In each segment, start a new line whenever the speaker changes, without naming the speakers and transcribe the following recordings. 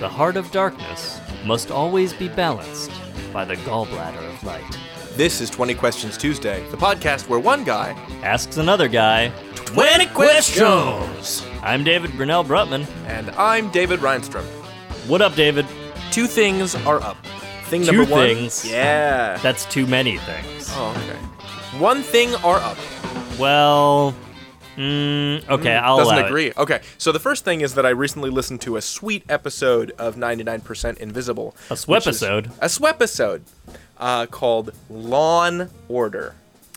the heart of darkness must always be balanced by the gallbladder of light.
This is 20 Questions Tuesday, the podcast where one guy
Asks another guy,
20 questions!
I'm David Brunel Brutman.
And I'm David Reinstrom.
What up, David?
Two things are up. Thing
Two
number one.
things?
Yeah.
That's too many things.
oh, okay. One thing are up.
Well, mm, okay, I'll
Doesn't
allow it.
agree. Okay. So the first thing is that I recently listened to a sweet episode of 99% Invisible.
A
which is-
swepisode?
A swepisode uh, called Lawn Order.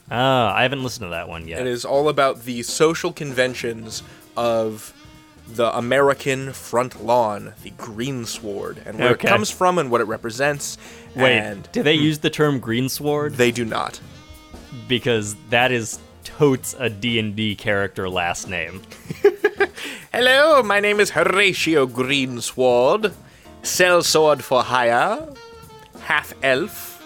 Ah, I haven't listened to that one yet.
It is all about the social conventions of the American front lawn, the greensward, and where
Okay.
it comes from and what it represents.
Wait,
and
do they use the term greensward?
they do not.
because that is totes a D&D character last name.
Hello, my name is Horatio Greensward, sell sword for hire, half elf,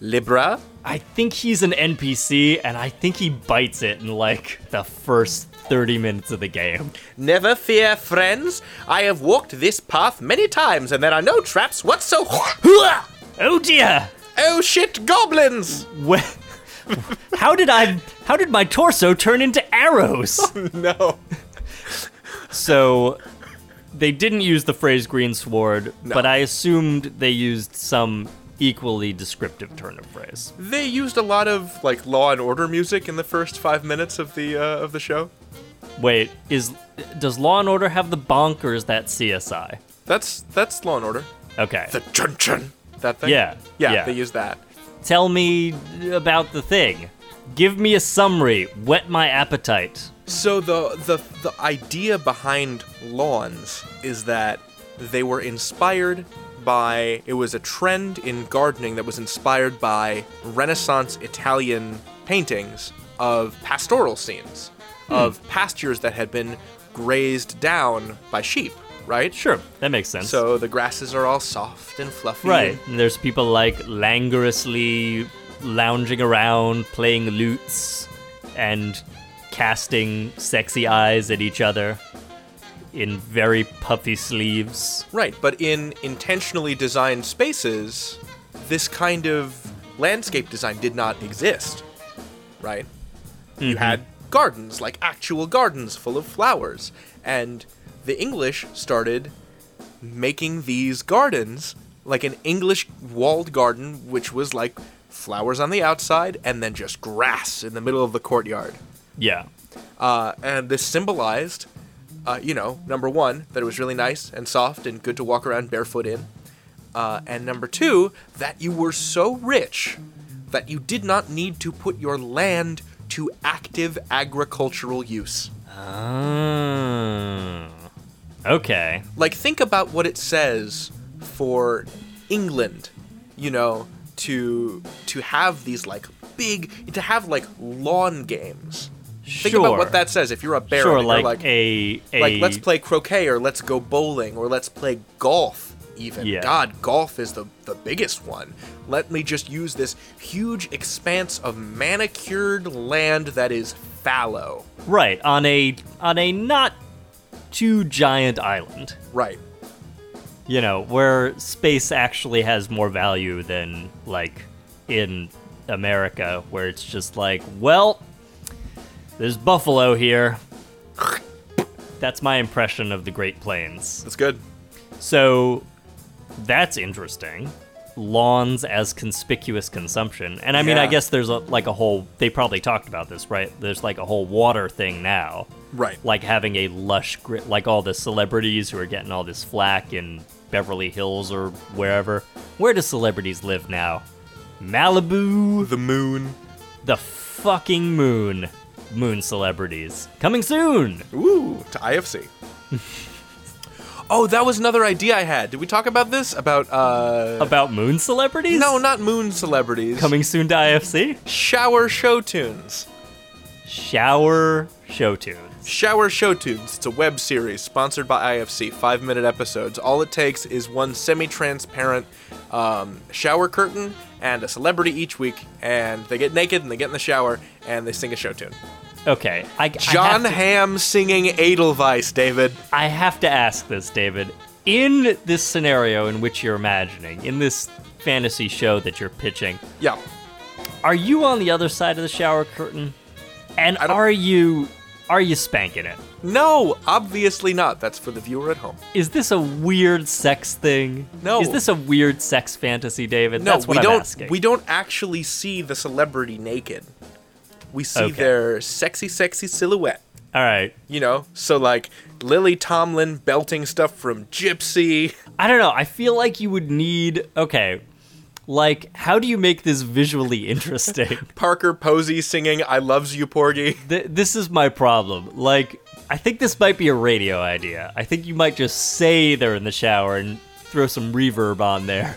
Libra.
I think he's an NPC, and I think he bites it in like the first 30 minutes of the game.
Never fear, friends. I have walked this path many times, and there are no traps whatsoever.
Oh dear!
Oh shit, goblins!
Wh- how did I? How did my torso turn into arrows?
No.
so, they didn't use the phrase green sword, but I assumed they used some equally descriptive turn of phrase.
They used a lot of like Law and Order music in the first five minutes of the uh, of the show.
Wait, is does Law and Order have the bonk, or is that CSI?
That's that's Law and Order.
Okay,
The chun chun. That thing.
Yeah,
Yeah.
yeah.
They use that.
tell me about the thing. Give me a summary. Whet my appetite.
So the the the idea behind lawns is that they were inspired by it was a trend in gardening that was inspired by Renaissance Italian paintings of pastoral scenes
Hmm.
of pastures that had been grazed down by sheep, right?
Sure, that makes sense.
So the grasses are all soft and fluffy.
Right. And there's people like languorously lounging around, playing lutes, and casting sexy eyes at each other in very puffy sleeves.
Right, but in intentionally designed spaces, this kind of landscape design did not exist. Right?
Mm-hmm.
You had gardens, like actual gardens full of flowers, and the English started making these gardens like an English walled garden which was like flowers on the outside and then just grass in the middle of the courtyard.
Yeah.
Uh, and this symbolized, uh, you know, number one, that it was really nice and soft and good to walk around barefoot in. Uh, and number two, that you were so rich that you did not need to put your land to active agricultural use.
Oh. Okay.
Like, think about what it says for England, you know, to to have these like big, to have like lawn games. Think
sure.
about what that says. If you're a baron,
Sure,
and you're
like, a, a
like let's play croquet or let's go bowling or let's play golf even
Yeah.
god golf is the the biggest one let me just use this huge expanse of manicured land that is fallow
right on a on a not too giant island.
right
you know, where space actually has more value than like in America, where it's just like, well, there's buffalo here. That's my impression of the Great Plains.
that's good
So that's interesting. Lawns as conspicuous consumption. And I mean, I
Yeah.
guess there's a, like a whole, they probably talked about this, right? There's like a whole water thing now
right
like having a lush grit, like all the celebrities who are getting all this flack in Beverly Hills or wherever. Where do celebrities live now? Malibu,
the moon
the fucking moon. Moon celebrities. Coming soon!
ooh to ifc oh that was another idea i had did we talk about this about uh
About moon celebrities?
no not moon celebrities
Coming soon to IFC?
shower show tunes
Shower show tunes.
Shower Show Tunes. It's a web series sponsored by IFC, five minute episodes. All it takes is one semi transparent um, shower curtain and a celebrity each week, and they get naked and they get in the shower and they sing a show tune.
Okay. I, I have
John
to-
Hamm singing Edelweiss, David.
I have to ask this, David. in this scenario in which you're imagining, in this fantasy show that you're pitching,
Yeah.
are you on the other side of the shower curtain? And
don't-
are you are you spanking it?
No, obviously not. That's for the viewer at home.
Is this a weird sex thing?
No.
Is this a weird sex fantasy, David?
No,
That's what
we
I'm
don't.
asking.
We don't actually see the celebrity naked. We see
Okay.
their sexy, sexy silhouette.
All right.
You know, so like Lily Tomlin belting stuff from Gypsy.
I don't know. I feel like you would need okay. Like, how do you make this visually interesting?
Parker Posey singing "I Loves You, Porgy."
Th- this is my problem. Like, I think this might be a radio idea. I think you might just say they're in the shower and throw some reverb on there.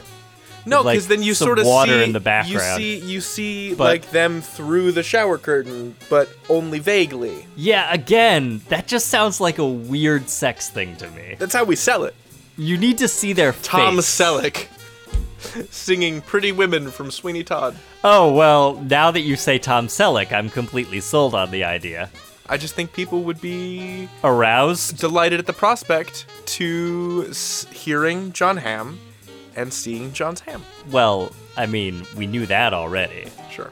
No,
like,
because then you
some
sort of
water
see
in the background.
You see, you see
But-
like them through the shower curtain, but only vaguely.
Yeah, again, that just sounds like a weird sex thing to me.
That's how we sell it.
You need to see their
Tom
face.
Selleck singing "Pretty Women" from Sweeney Todd.
Oh well, now that you say Tom Selleck, I'm completely sold on the idea.
I just think people would be
Aroused?
delighted at the prospect to s- hearing John Hamm and seeing John's ham.
Well, I mean, we knew that already.
Sure.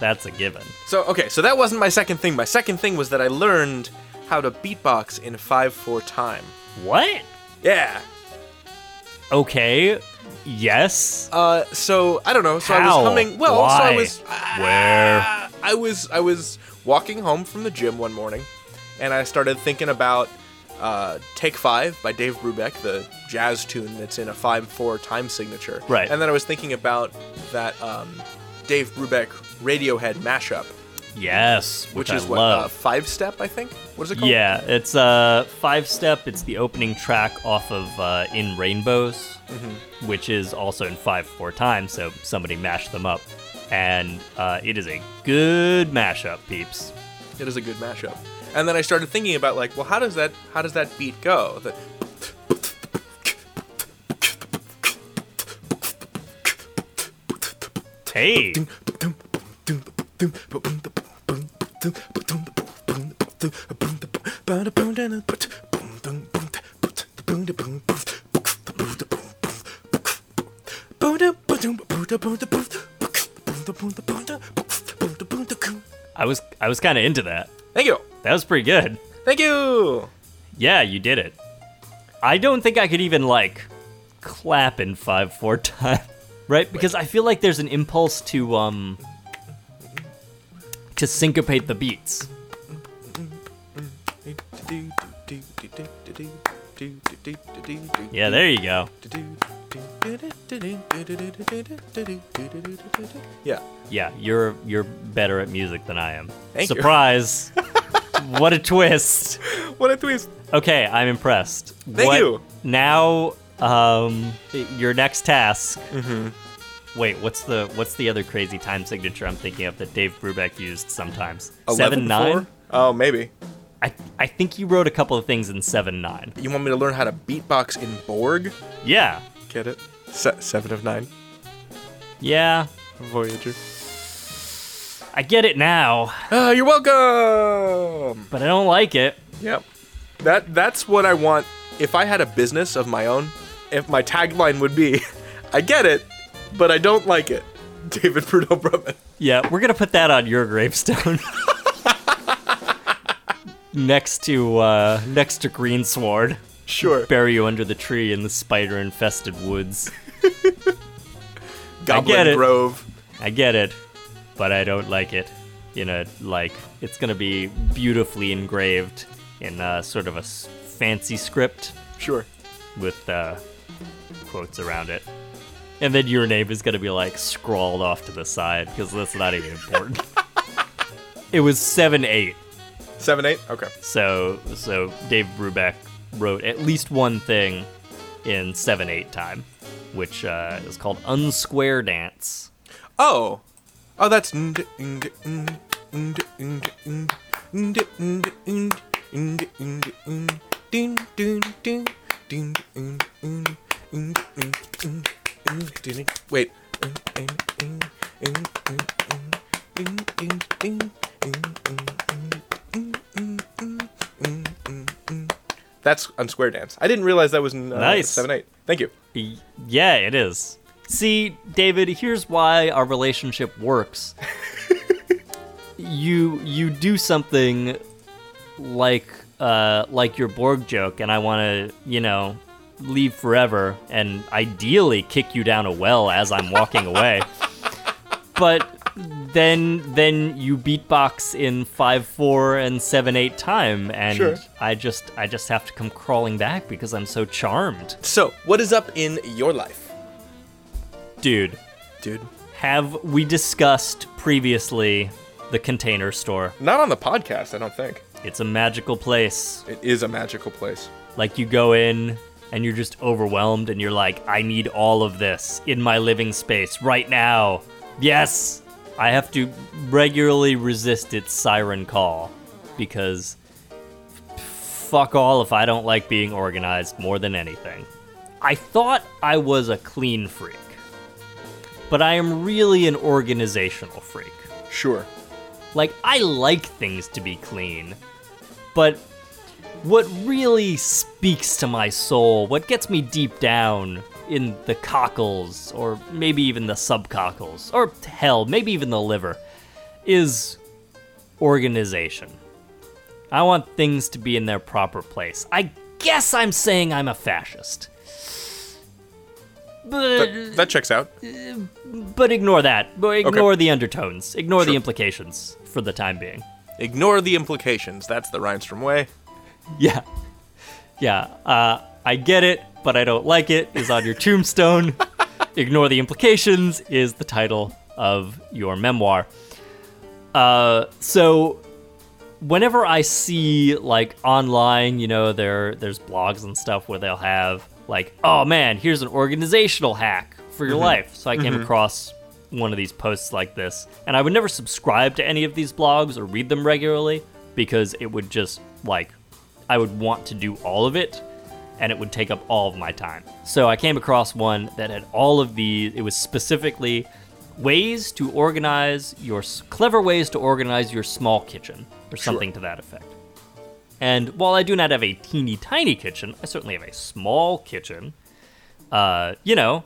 That's a given.
So okay, so that wasn't my second thing. My second thing was that I learned how to beatbox in five-four time.
What?
Yeah.
Okay. Yes.
Uh, so I don't know. So I
How?
was humming. Well, so I
Why?
was. ah,
Where?
I was I was walking home from the gym one morning, and I started thinking about uh, "Take Five by Dave Brubeck, the jazz tune that's in a five-four time signature.
Right.
And then I was thinking about that um, Dave Brubeck Radiohead mashup,
Yes, which,
which is
I
what uh,
love.
five-step I think. What is it called?
yeah, it's uh, five step. It's the opening track off of uh, "In Rainbows," which is also in five four times. So somebody mashed them up, and uh, it is a good mashup, peeps.
It is a good mashup. And then I started thinking about like, well, how does that how does that beat go? The-
Hey, I was I was kind of into that.
Thank you.
That was pretty good.
Thank you.
Yeah, you did it. I don't think I could even like clap in five four time, right? Because I feel like there's an impulse to um to syncopate the beats. Yeah, there you go.
Yeah.
Yeah, you're you're better at music than I am.
Thank you.
Surprise! what a twist.
What a twist.
Okay, I'm impressed.
Thank
What-
you.
Now, um, your next task.
Mm-hmm.
Wait, what's the what's the other crazy time signature I'm thinking of that Dave Brubeck used sometimes?
11
seven nine.
four? Oh, maybe.
I I think you wrote a couple of things in seven nine.
You want me to learn how to beatbox in Borg?
Yeah,
Get it? Se- seven of nine.
yeah.
Voyager.
I get it now,
Ah, you're welcome.
but I don't like it.
Yep. That that's what I want. If I had a business of my own, if my tagline would be, I get it, but I don't like it. David Bruno Brumman.
Yeah, we're gonna put that on your gravestone. next to uh, next to greensward.
Sure.
Bury you under the tree in the spider infested woods.
Goblin
get it.
Grove.
I get it, but I don't like it. You know, like it's gonna be beautifully engraved in uh, sort of a s- fancy script
Sure.
with uh, quotes around it, and then your name is gonna be like scrawled off to the side because that's not even important. it was seven eight,
Seven eight. Okay.
so so Dave Brubeck wrote at least one thing in seven eight time, which uh, is called unsquare dance.
Oh. Oh, that's. nd- nd- nd- nd- nd- nd- nd- nd- nd- nd- nd- nd- ding, ding, ding, ding, nd- nd- nd- nd- nd- nd- ding. Wait. Nd- nd- nd- nd- nd- nd- ding, ding, ding, nd- nd- nd- nd- nd- nd- nd- nd- nd. That's on Square Dance. I didn't realize that was in uh,
Nice.
seven eight. Thank you.
Y- Yeah, it is. See, David, here's why our relationship works. you you do something like uh like your Borg joke and I want to, you know, leave forever and ideally kick you down a well as I'm walking away. but then then you beatbox in 5/4 and 7/8 time and
Sure.
I just I just have to come crawling back because I'm so charmed.
So, what is up in your life,
Dude,
dude?
Have we discussed previously the container store?
Not on the podcast, I don't think.
It's a magical place.
It is a magical place.
Like you go in and you're just overwhelmed and you're like, I need all of this in my living space right now. Yes! I have to regularly resist its siren call because f- fuck all if I don't like being organized more than anything. I thought I was a clean freak, but I am really an organizational freak.
Sure.
Like, I like things to be clean. But what really speaks to my soul, what gets me deep down in the cockles, or maybe even the subcockles, or hell, maybe even the liver, is organization. I want things to be in their proper place. I guess I'm saying I'm a fascist. But,
That, that checks out.
but ignore that. But Ignore the undertones. Ignore the implications for the time being.
Ignore the implications. That's the Rhinestrom way.
Yeah. Yeah. Uh, I get it, but I don't like it is on your tombstone. Ignore the implications is the title of your memoir. Uh, so whenever I see like online, you know, there there's blogs and stuff where they'll have like, oh man, here's an organizational hack for your life. So I came across one of these posts like this, and I would never subscribe to any of these blogs or read them regularly because it would just like I would want to do all of it and it would take up all of my time. So I came across one that had all of these. It was specifically ways to organize your s- clever ways to organize your small kitchen or something to that effect. And while I do not have a teeny tiny kitchen, I certainly have a small kitchen. Uh, you know,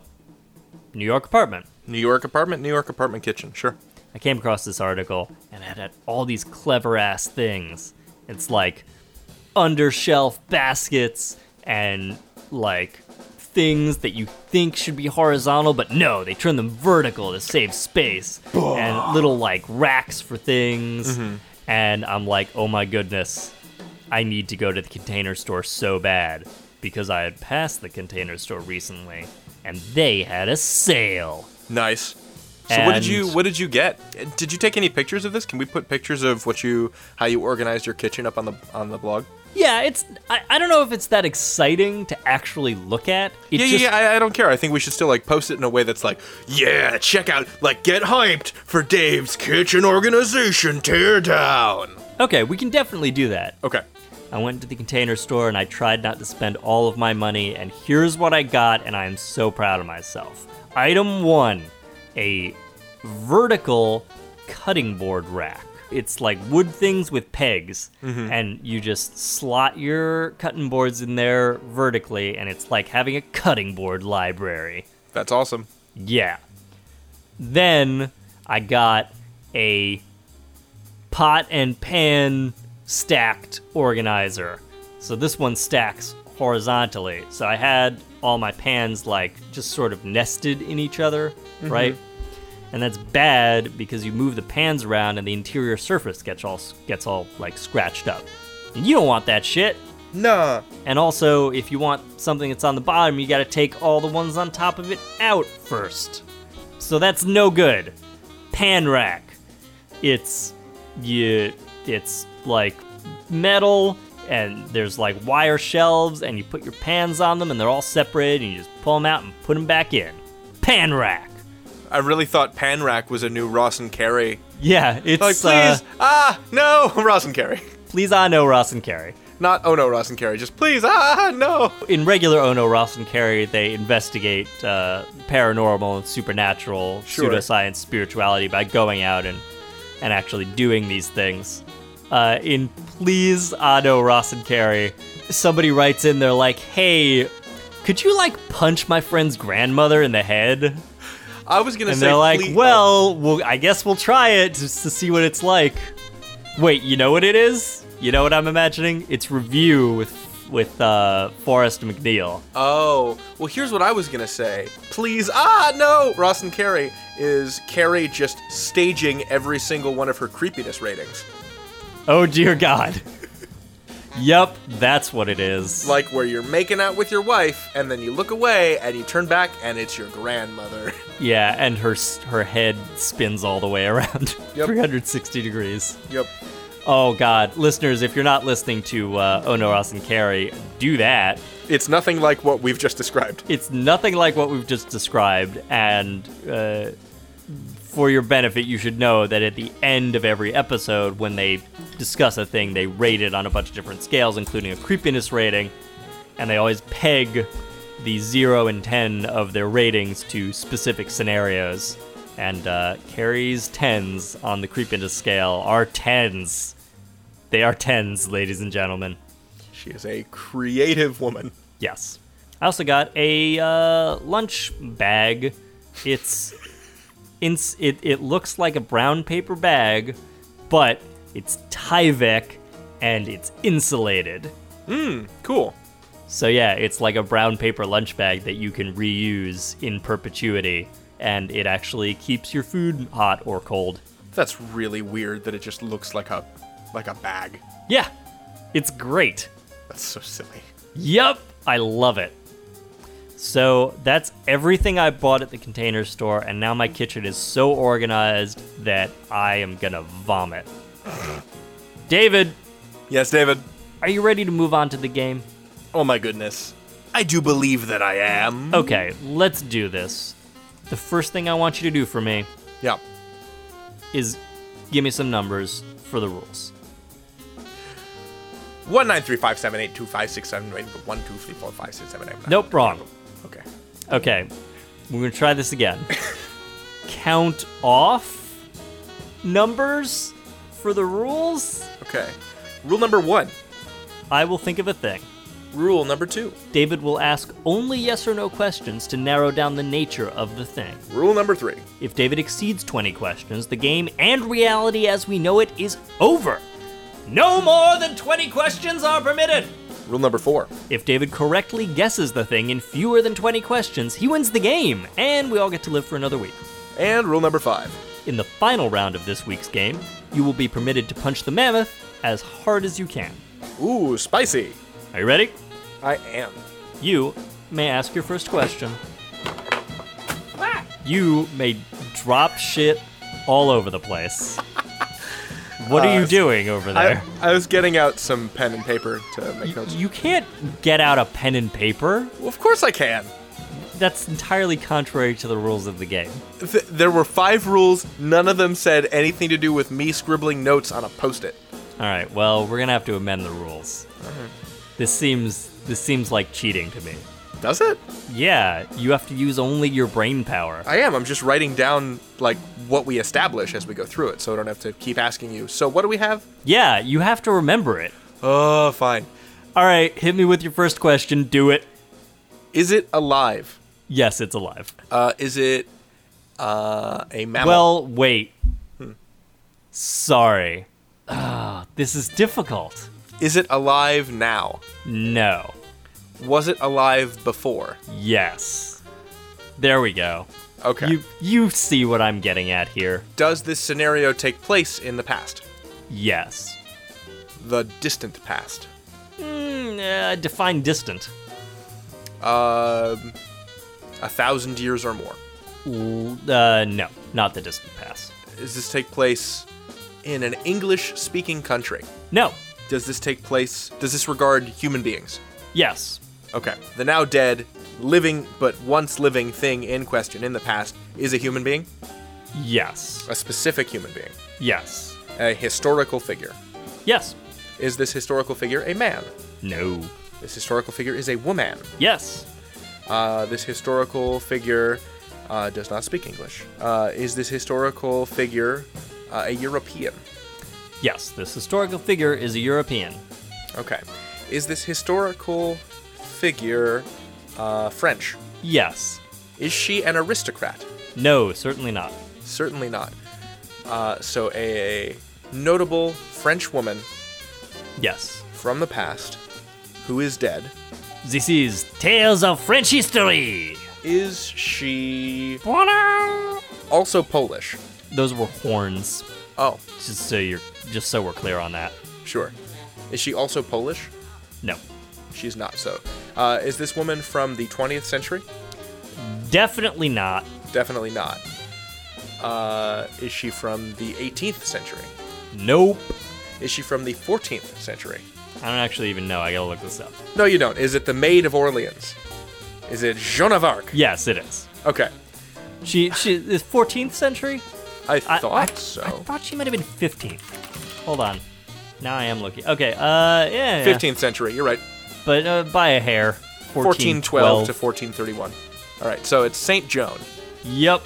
New York apartment.
New York apartment, New York apartment kitchen. Sure.
I came across this article and it had all these clever ass things. It's like undershelf baskets and like things that you think should be horizontal, but no, they turn them vertical to save space. And little like racks for things. And I'm like, oh my goodness, I need to go to the container store so bad because I had passed the container store recently and they had a sale.
Nice. So what did
And-
you what did you get? Uh, Did you take any pictures of this? Can we put pictures of what you how you organized your kitchen up on the on the blog?
Yeah, it's. I, I don't know if it's that exciting to actually look at. It
Yeah,
just,
yeah, yeah. I, I don't care. I think we should still like post it in a way that's like, yeah, check out, like, get hyped for Dave's kitchen organization teardown.
Okay, we can definitely do that.
Okay.
I went to the container store and I tried not to spend all of my money, and here's what I got, and I am so proud of myself. Item one a vertical cutting board rack. It's like wood things with pegs,
Mm-hmm.
and you just slot your cutting boards in there vertically, and it's like having a cutting board library.
That's awesome.
Yeah. Then I got a pot and pan stacked organizer. So this one stacks horizontally. So I had all my pans like just sort of nested in each other, right? And that's bad because you move the pans around and the interior surface gets all gets all like scratched up. And you don't want that shit.
Nah.
And also, if you want something that's on the bottom, you gotta take all the ones on top of it out first. So that's no good. Pan rack. It's you it's like metal and there's like wire shelves and you put your pans on them and they're all separated and you just pull them out and put them back in. Pan rack.
I really thought Pan Rack was a new Ross and Carey.
Yeah, it's
Like, please,
uh,
ah, no, Ross and Carey.
please I know Ross and Carrie.
Not, oh no, Ross and Carey. Just please, ah, no.
in regular Ono Ross and Carey, they investigate uh, paranormal and supernatural,
Sure.
pseudoscience, spirituality by going out and and actually doing these things. uh, in please Otto Ross and Carrie. Somebody writes in, they're like, "Hey, could you like punch my friend's grandmother in the head?"
I was gonna
And
say,
they're like,
please- oh."
"Well, we'll I guess we'll try it just to see what it's like." Wait, you know what it is? You know what I'm imagining? It's review with with uh, Forrest McNeil.
Oh, well, here's what I was gonna say. Please, ah, no, Ross and Carrie is Carrie just staging every single one of her creepiness ratings,
Oh dear God. yep, that's what it is.
like where you're making out with your wife and then you look away and you turn back and it's your grandmother.
Yeah, and her s- her head spins all the way around
Yep.
360 degrees.
yep.
Oh God, listeners, if you're not listening to uh, Ono Ross and Carrie, do that.
It's nothing like what we've just described.
It's nothing like what we've just described, and uh, for your benefit, you should know that at the end of every episode, when they discuss a thing, they rate it on a bunch of different scales, including a creepiness rating, and they always peg the zero and ten of their ratings to specific scenarios. And uh, Carrie's tens on the creepiness scale are tens. They are tens, ladies and gentlemen.
She is a creative woman.
Yes. I also got a uh, lunch bag. It's, ins it, it looks like a brown paper bag, but it's Tyvek and it's insulated.
Cool.
So yeah, it's like a brown paper lunch bag that you can reuse in perpetuity, and it actually keeps your food hot or cold.
That's really weird that it just looks like a like a bag.
Yeah, it's great.
That's so silly.
Yep, I love it. So that's everything I bought at the container store, and now my kitchen is so organized that I am gonna vomit. David,
Yes, David.
are you ready to move on to the game?
Oh my goodness. I do believe that I am.
Okay, let's do this. The first thing I want you to do for me
Yeah.
is give me some numbers for the rules.
One nine three five seven eight two five six seven eight one two three four five six seven eight.
Nope, wrong.
Okay.
Okay, we're gonna try this again. Count off numbers for the rules?
Okay. Rule number one.
I will think of a thing.
Rule number two.
David will ask only yes or no questions to narrow down the nature of the thing.
Rule number three.
If David exceeds 20 questions, the game and reality as we know it is over. No more than 20 questions are permitted.
Rule number four.
If David correctly guesses the thing in fewer than 20 questions, he wins the game, and we all get to live for another week.
And rule number five.
In the final round of this week's game, you will be permitted to punch the mammoth as hard as you can.
Ooh, spicy.
Are you ready?
I am.
You may ask your first question. You may drop shit all over the place. What are you doing over
I,
there?
I was getting out some pen and paper to make
Y-
notes.
you can't get out a pen and paper.
of course I can.
That's entirely contrary to the rules of the game.
Th- there were five rules. None of them said anything to do with me scribbling notes on a post-it.
All right, well, we're gonna have to amend the rules. This seems this seems like cheating to me.
Does it?
Yeah, you have to use only your brain power.
I am. I'm just writing down like what we establish as we go through it, so I don't have to keep asking you. So what do we have?
Yeah, you have to remember it.
Oh, fine.
All right, hit me with your first question. Do it.
Is it alive?
Yes, it's alive.
Uh, is it uh, a mammal?
Well, wait. Sorry. Ah, this is difficult.
is it alive now?
No.
Was it alive before?
Yes. There we go.
Okay.
You you see what I'm getting at here.
Does this scenario take place in the past?
Yes.
The distant past.
Mm, uh, define distant.
Um, a thousand years or more.
L- uh, no, not the distant past.
Does this take place in an English-speaking country?
No.
Does this take place? Does this regard human beings?
Yes.
Okay. The now dead, living but once living thing in question in the past is a human being,
Yes.
a specific human being,
Yes.
a historical figure.
Yes.
Is this historical figure a man?
No.
This historical figure is a woman.
Yes.
Uh, this historical figure uh, does not speak English. Uh, is this historical figure uh, a European?
Yes, this historical figure is a European.
Okay. Is this historical figure uh, French?
Yes.
Is she an aristocrat?
No, certainly not.
Certainly not. Uh, so, a notable French woman
Yes.
from the past who is dead.
This is Tales of French History.
Is she also Polish?
Those were horns.
Oh,
Just so you're just so we're clear on that.
sure. Is she also Polish?
No.
She's not so. Uh, is this woman from the 20th century?
Definitely not.
Definitely not. Uh, is she from the 18th century?
Nope.
Is she from the 14th century?
I don't actually even know. I gotta look this up.
No, you don't. Is it the Maid of Orleans? Is it Joan of Arc?
Yes, it is.
Okay.
She she is 14th century.
I
I-
thought
I,
so.
I thought she might have been 15th. Hold on. Now I am looking. Okay. Uh, yeah. yeah.
15th century. You're right.
But uh, by a hair.
1412 to 1431. All right. So it's Saint Joan.
Yep.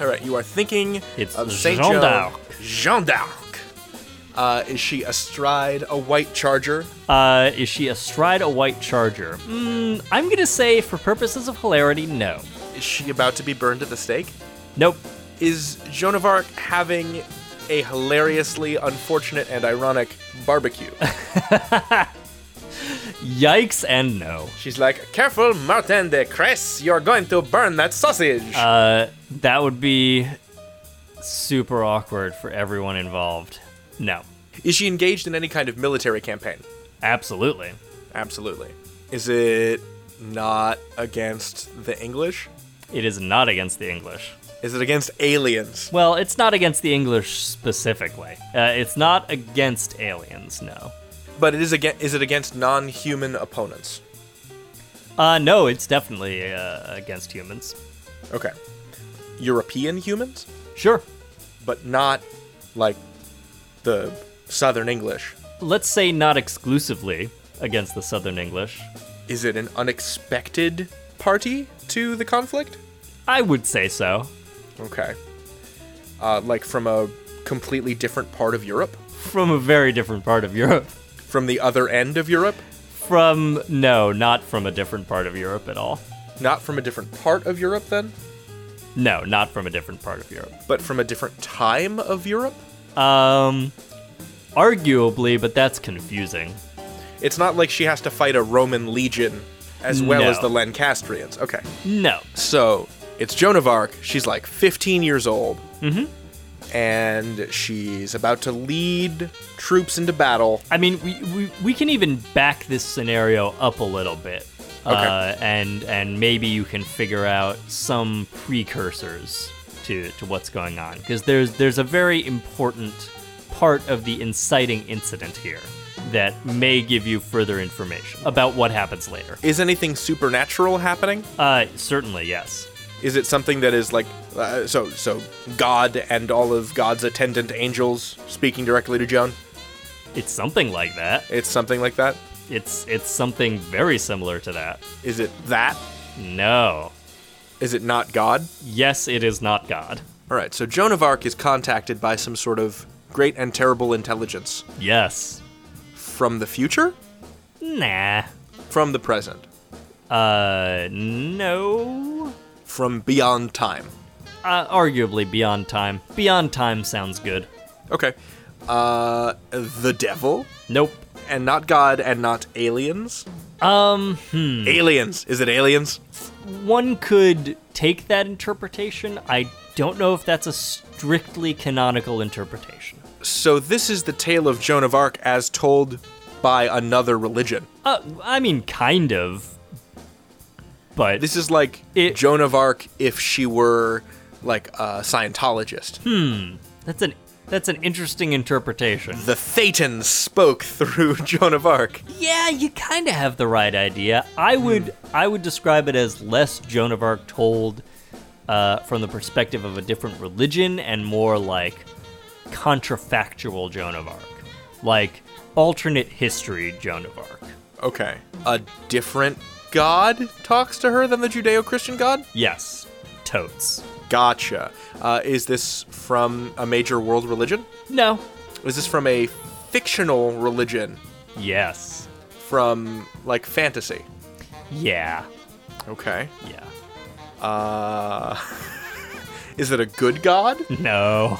All right. You are thinking
It's
of Saint
Jeanne
Joan.
d'Arc.
Jeanne d'Arc. Uh, is she astride a white charger?
Uh, is she astride a white charger? Mm, I'm gonna say, for purposes of hilarity, no.
Is she about to be burned at the stake?
Nope.
Is Joan of Arc having a hilariously unfortunate and ironic barbecue?
Yikes and no.
She's like, careful, Martin de Cress, you're going to burn that sausage.
Uh, that would be super awkward for everyone involved. No.
Is she engaged in any kind of military campaign?
Absolutely.
Absolutely. Is it not against the English?
It is not against the English.
Is it against aliens?
Well, it's not against the English specifically. Uh, it's not against aliens, no.
But it is against, is it against non-human opponents?
Uh, no, it's definitely uh, against humans.
Okay. European humans,
Sure.
but not like the Southern English.
Let's say not exclusively against the Southern English.
Is it an unexpected party to the conflict?
I would say so.
Okay. Uh, like from a completely different part of Europe?
From a very different part of Europe.
From the other end of Europe?
From, no, not from a different part of Europe at all.
Not from a different part of Europe then,
No, not from a different part of Europe.
but from a different time of Europe?
Um, arguably, but that's confusing.
It's not like she has to fight a Roman legion as well
No.
as the Lancastrians. Okay.
No.
So it's Joan of Arc. She's like 15 years old. Mm hmm. And she's about to lead troops into battle.
I mean, we, we, we can even back this scenario up a little bit. Uh, and and maybe you can figure out some precursors to, to what's going on because there's there's a very important part of the inciting incident here that may give you further information about what happens later.
Is anything supernatural happening?
Uh, certainly, yes.
Is it something that is like uh, so so God and all of God's attendant angels speaking directly to Joan?
It's something like that.
It's something like that.
It's it's something very similar to that.
Is it that?
No.
Is it not God?
Yes, it is not God.
All right. So Joan of Arc is contacted by some sort of great and terrible intelligence
Yes.
from the future,
Nah.
from the present,
Uh, no.
from beyond time.
Uh, arguably beyond time. Beyond time sounds good.
Okay. Uh, the devil,
Nope.
and not God, and not aliens.
Um, hmm.
Aliens. Is it aliens?
One could take that interpretation. I don't know if that's a strictly canonical interpretation.
So this is the tale of Joan of Arc as told by another religion.
Uh, I mean, kind of. But
This is like
It-
Joan of Arc if she were like a Scientologist.
Hmm. that's an that's an interesting interpretation.
The Thetan spoke through Joan of Arc.
Yeah, you kind of have the right idea. I would I would describe it as less Joan of Arc told uh, from the perspective of a different religion and more like contrafactual Joan of Arc, like alternate history Joan of Arc.
Okay. A different god talks to her than the Judeo-Christian god?
Yes, totes.
Gotcha. Uh, is this from a major world religion?
No,
Is this from a fictional religion
Yes.
from like fantasy?
Yeah.
Okay.
Yeah.
Uh, is it a good god?
No.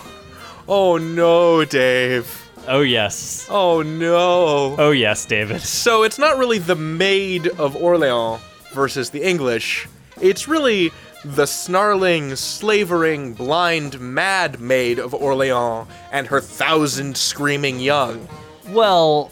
Oh no, Dave.
Oh yes.
Oh no.
Oh yes, David.
So it's not really the Maid of Orleans versus the English. It's really the snarling, slavering, blind, mad Maid of Orleans and her thousand screaming young.
Well,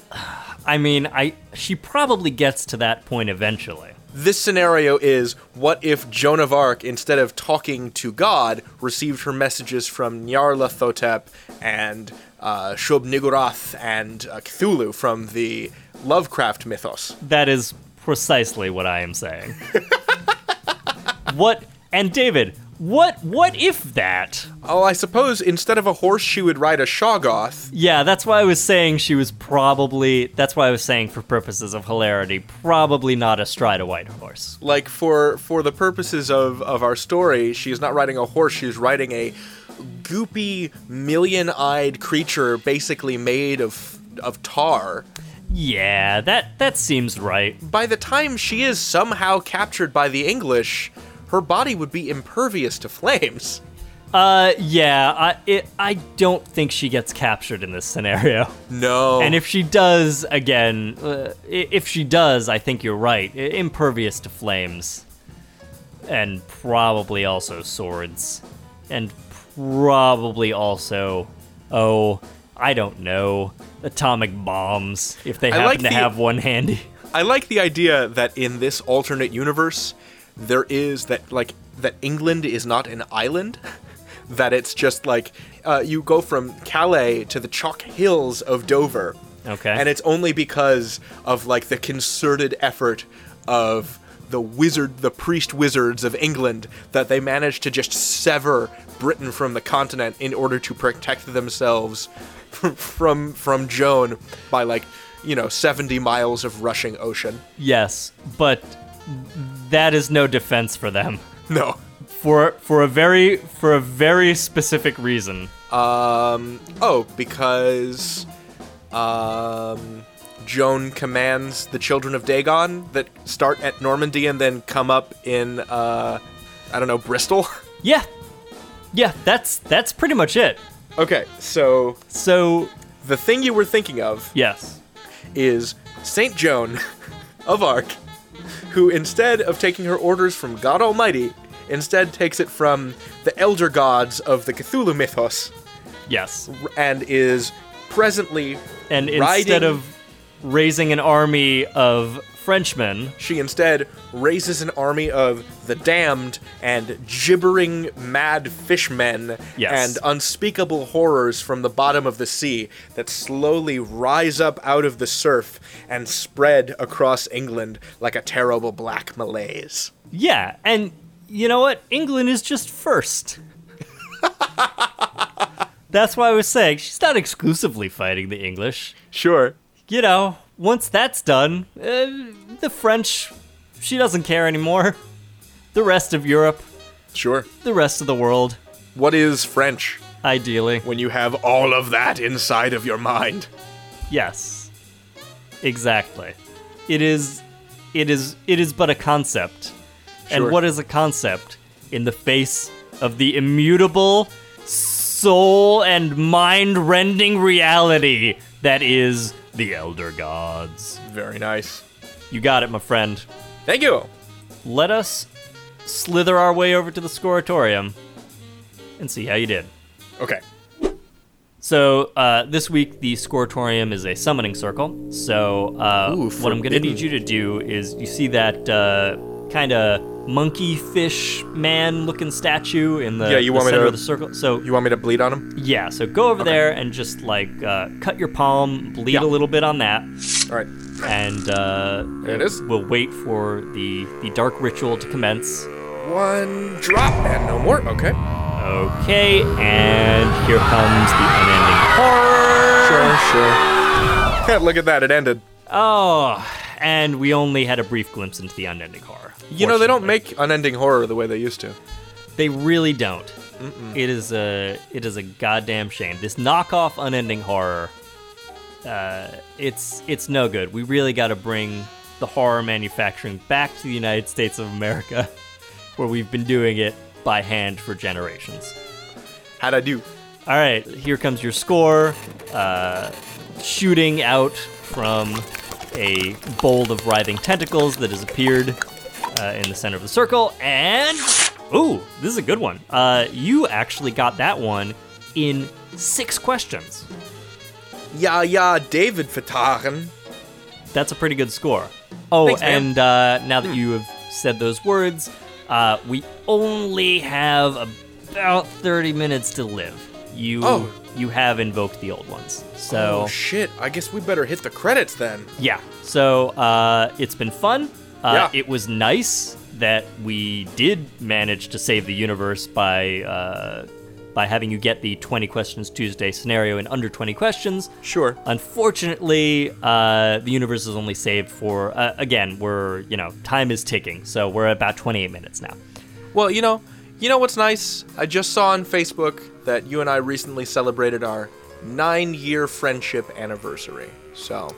I mean, I she probably gets to that point eventually.
This scenario is what if Joan of Arc, instead of talking to God, received her messages from Nyarlathotep and uh, Shub-Niggurath and uh, Cthulhu from the Lovecraft mythos?
That is precisely what I am saying. what and David, what what if that?
Oh, I suppose instead of a horse, she would ride a Shoggoth.
Yeah, that's why I was saying she was probably that's why I was saying for purposes of hilarity, probably not astride a white horse.
like for for the purposes of of our story she's not riding a horse she's riding a goopy million-eyed creature basically made of of tar
Yeah, that that seems right.
by the time she is somehow captured by the english her body would be impervious to flames
Uh yeah, I it, I don't think she gets captured in this scenario.
no
And if she does, again, uh, i- if she does, I think you're right. I- Impervious to flames. And probably also swords. And probably also, oh, I don't know, atomic bombs, if they happen
like
to
the-
have one handy.
i like the idea that in this alternate universe there is that like that england is not an island that it's just like uh, you go from calais to the chalk hills of dover
Okay.
And it's only because of like the concerted effort of the wizard, the priest wizards of England, that they managed to just sever Britain from the continent in order to protect themselves from from Joan by like you know 70 miles of rushing ocean.
yes, but that is no defense for them.
No.
For, for a very for a very specific reason.
Um. Oh, because um. Joan commands the children of Dagon that start at Normandy and then come up in, uh, I don't know, Bristol.
Yeah. Yeah, that's that's pretty much it.
Okay, so
So,
the thing you were thinking of
yes.
is Saint Joan of Arc, who instead of taking her orders from God Almighty, instead takes it from the elder gods of the Cthulhu mythos
Yes.
and is presently
And instead
Riding-
of raising an army of Frenchmen,
she instead raises an army of the damned and gibbering mad fishmen
Yes.
and unspeakable horrors from the bottom of the sea that slowly rise up out of the surf and spread across England like a terrible black malaise.
yeah, and you know what? England is just first. That's why I was saying she's not exclusively fighting the English.
Sure.
You know, once that's done, uh, the French, she doesn't care anymore. The rest of Europe,
Sure.
the rest of the world,
What is French
ideally.
when you have all of that inside of your mind?
Yes. Exactly. It is it is it is but a concept.
Sure.
And what is a concept in the face of the immutable soul and mind-rending reality that is the elder gods.
Very nice.
You got it, my friend.
Thank you.
Let us slither our way over to the scoratorium and see how you did.
Okay.
So uh, this week the Scoratorium is a summoning circle. So uh,
Ooh,
what I'm going to
forbidden.
need you to do is you see that uh, kind of monkey fish man looking statue in the,
Yeah, you
the
want me
center
to-
of the circle. So
You want me to bleed on him?
yeah, so go over there and just like uh, cut your palm, bleed
Yeah.
a little bit on that,
All right.
and uh,
There it is.
we'll wait for the the dark ritual to commence.
One drop and no more. Okay.
Okay, and here comes the unending horror.
Sure, sure. Look at that, it ended.
Oh, and we only had a brief glimpse into the unending horror.
You know, they don't
fortunately.
make unending horror the way they used to.
They really don't. It is a it is a goddamn shame. This knockoff unending horror. Uh, it's it's no good. We really got to bring the horror manufacturing back to the United States of America, where we've been doing it by hand for generations.
How'd I do?
All right, here comes your score. Uh, shooting out from a bolt of writhing tentacles that has appeared uh, in the center of the circle, and ooh, this is a good one. Uh, you actually got that one in six questions.
Yeah, yeah, David Vertagen.
That's a pretty good score. Oh,
Thanks, man. Hmm.
and uh, now that you have said those words, uh, we only have about 30 minutes to live. You
Oh.
you have invoked the old ones. So
Oh shit! I guess we better hit the credits then.
yeah. So uh, it's been fun. Uh,
Yeah.
It was nice that we did manage to save the universe by uh, by having you get the 20 questions Tuesday scenario in under 20 questions.
Sure.
Unfortunately, uh, the universe is only saved for uh, again. We're you know time is ticking, so we're at about 28 minutes now.
Well, you know, you know what's nice? I just saw on Facebook that you and I recently celebrated our nine-year friendship anniversary. So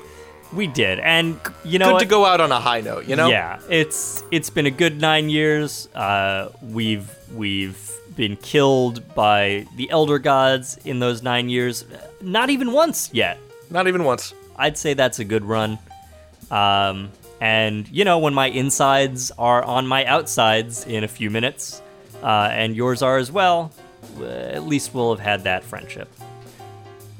We did, and you know
good
what?
to go out on a high note. You know?
Yeah, it's it's been a good nine years. Uh, we've we've been killed by the elder gods in those nine years, not even once yet.
Not even once.
I'd say that's a good run. Um, and you know, when my insides are on my outsides in a few minutes, uh, and yours are as well, uh, at least we'll have had that friendship.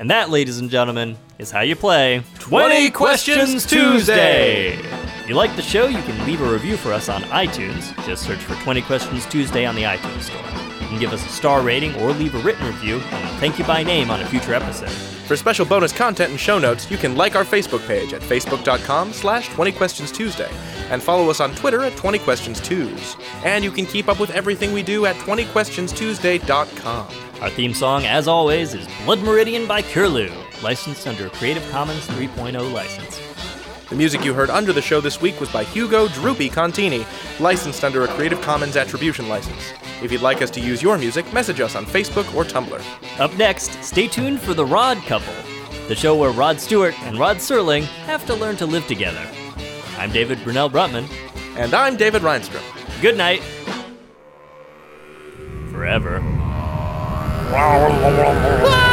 And that, ladies and gentlemen, is how you play
20 Questions Tuesday.
If you like the show, you can leave a review for us on iTunes. Just search for 20 Questions Tuesday on the iTunes Store. You can give us a star rating or leave a written review, and we'll thank you by name on a future episode.
For special bonus content and show notes, you can like our Facebook page at facebook.com slash 20questionstuesday and follow us on Twitter at 20questions2s. And you can keep up with everything we do at 20questionstuesday.com.
Our theme song, as always, is Blood Meridian by Curlew, licensed under a Creative Commons 3.0 license.
The music you heard under the show this week was by Hugo Droopy Contini, licensed under a Creative Commons Attribution license. If you'd like us to use your music, message us on Facebook or Tumblr.
Up next, stay tuned for The Rod Couple, the show where Rod Stewart and Rod Serling have to learn to live together. I'm David Brunel Brutman.
And I'm David Reinstrom.
Good night. Forever.
Wow.